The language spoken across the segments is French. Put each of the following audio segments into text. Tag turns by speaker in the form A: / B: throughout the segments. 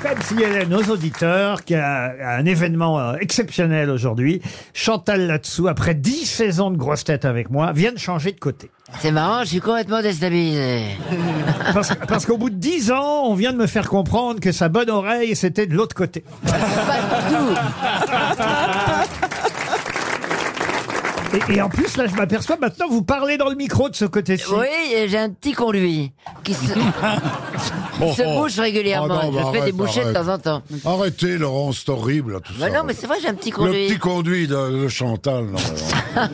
A: quand même signaler à nos auditeurs qu'il y a un événement euh, exceptionnel aujourd'hui. Chantal Latsou, après 10 saisons de grosses têtes avec moi, vient de changer de côté.
B: C'est marrant, je suis complètement déstabilisé.
A: Parce, parce qu'au bout de 10 ans, on vient de me faire comprendre que sa bonne oreille, c'était de l'autre côté. Et, et en plus, là, je m'aperçois, maintenant, vous parlez dans le micro de ce côté-ci.
B: Oui, et j'ai un petit conduit qui se, qui se
C: oh.
B: bouche régulièrement.
C: Ah non,
B: je
C: bah
B: fais des
C: arrête,
B: bouchées de
C: arrête.
B: temps en temps.
C: Arrêtez, Laurent, c'est horrible, tout
B: Bah
C: ça.
B: non, mais c'est vrai, j'ai un petit
C: le
B: conduit.
C: petit conduit de, de Chantal. non, non.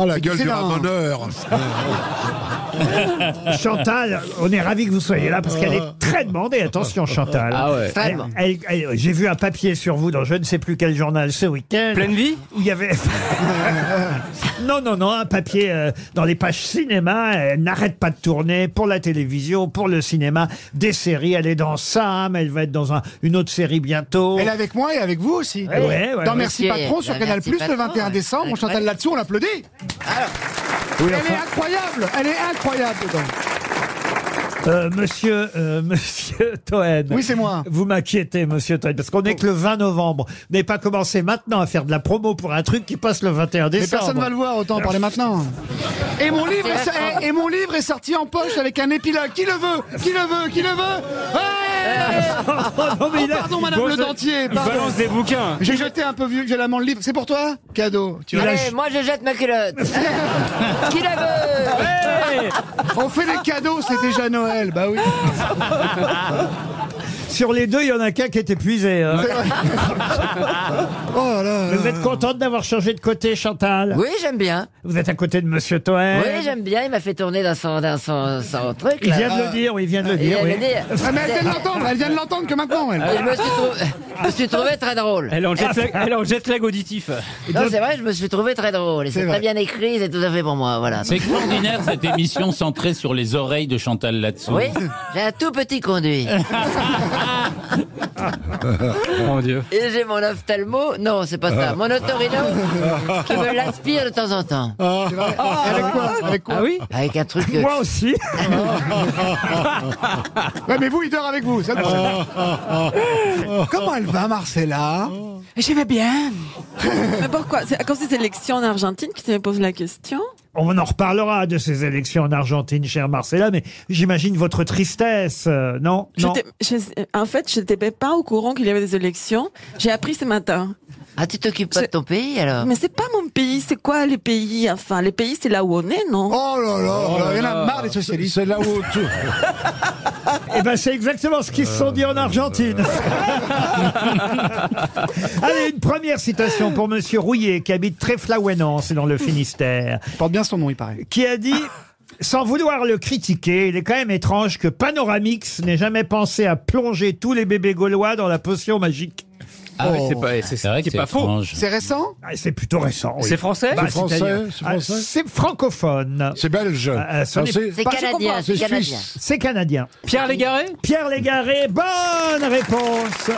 C: Ah, la gueule du
B: excellent.
C: ramoneur.
A: Chantal, on est ravis que vous soyez là parce qu'elle est très demandée. Attention, Chantal.
D: Ah ouais.
A: Elle-
B: Extrême.
A: elle- elle- J'ai vu un papier sur vous dans je ne sais plus quel journal ce week-end.
D: Pleine vie
A: où il y avait. non, non, non, un papier euh, dans les pages cinéma. Elle n'arrête pas de tourner pour la télévision, pour le cinéma, des séries. Elle est dans Sam, elle va être dans un- une autre série bientôt.
E: Elle est avec moi et avec vous aussi.
A: Ouais, ouais, ouais.
E: dans Merci
B: Ok,
E: Patron sur
B: bah,
E: Canal
B: Merci
E: Plus le
B: Patron,
E: 21
B: ouais.
E: décembre. On chante là-dessus, on l'applaudit. elle est incroyable, elle est incroyable dedans.
A: Euh, monsieur, euh, monsieur Toen.
E: Oui, c'est moi.
A: Vous m'inquiétez, monsieur Toen, parce qu'on n'est que le 20 novembre. N'ayez pas commencé maintenant à faire de la promo pour un truc qui passe le 21
E: Mais
A: décembre.
E: personne va le voir, autant en parler maintenant. Et mon, livre est, so- et- et mon livre est sorti en poche avec un épilogue. Qui le veut Qui le veut Qui le veut Ouais
A: Oh, mais
E: Oh,
A: il a-
E: pardon, madame
A: Bon,
E: le
A: je- Bah,
E: dentier, pardon.
D: Balance des bouquins.
E: J'ai jeté un peu vieux, j'ai la main le livre. C'est pour toi Cadeau. Tu vois.
A: a-
B: Allez, moi je jette ma culotte. qui la veut
E: On fait des cadeaux, c'est déjà Noël. Bah oui.
A: Sur les deux, il y en a qu'un qui est épuisé. hein.
E: Oh là là.
A: Vous êtes contente d'avoir changé de côté, Chantal
B: Oui, j'aime bien.
A: Vous êtes à côté de monsieur Toen.
B: Oui, j'aime bien. Il m'a fait tourner dans son, dans son, son truc.
A: Il
B: là.
A: vient de le dire, oui, il vient de le
B: Il
A: dire.
B: vient
A: oui.
B: de le dire.
E: Ah, mais elle vient de l'entendre, elle vient de l'entendre que maintenant, elle.
B: Et euh, je me suis, trou- je me suis trouvé très drôle.
D: Elle est en jet lag,
A: Ah.
D: elle est en jet lag auditif.
B: Non, c'est vrai, je me suis trouvé très drôle. Et c'est
E: vrai.
B: très bien écrit, c'est tout à fait pour moi. Voilà.
F: C'est extraordinaire cette émission centrée sur les oreilles de Chantal là-dessous.
B: Oui, j'ai un tout petit conduit.
D: Mon Dieu.
B: Et j'ai mon ophtalmo, non, c'est pas ça, mon otorino qui me l'aspire de temps en temps.
E: Avec quoi Avec quoi
D: Ah oui
B: Avec un truc. euh,
A: Moi aussi.
E: Ouais, mais vous, il dort avec vous. Ça, non, ah, c'est- Comment elle va, Marcella
G: J'aimais bien. Mais pourquoi C'est à cause des élections en Argentine que tu me poses la question
A: On en reparlera de ces élections en Argentine, cher Marcella, mais j'imagine votre tristesse, euh, non, non.
G: J'étais- je- En fait, je n'étais pas au courant qu'il y avait des élections. J'ai appris ce matin.
B: Ah, tu t'occupes pas de ton pays alors
G: Mais c'est pas mon pays, c'est quoi les pays Enfin, les pays, c'est là où on est, non
E: Oh là là, il y en a marre des socialistes.
C: C'est là où tout.
A: Eh ben, c'est exactement ce qu'ils se sont dit en Argentine. Allez, une première citation pour Monsieur Rouillet, qui habite Tréflaouénan, c'est dans le Finistère,
E: Il porte bien son nom, il paraît.
A: qui a dit, sans vouloir le critiquer, il est quand même étrange que Panoramix n'ait jamais pensé à plonger tous les bébés gaulois dans la potion magique.
D: Ah oui, c'est pas, c'est,
F: C'est vrai que
D: c'est
F: c'est
D: pas faux.
F: étrange.
E: C'est récent
A: Ah, c'est plutôt récent. oui.
D: C'est français
A: Bah,
C: C'est français,
A: c'est-à-dire-
C: c'est
A: ah,
C: français
A: c'est francophone.
C: C'est belge.
A: euh, ce
C: Ah,
A: n'est-
B: C'est
C: pas-
B: canadien,
C: c'est
B: c'est canadien.
C: suisse.
A: C'est canadien.
D: Pierre Légaré
A: Pierre Légaré, bonne réponse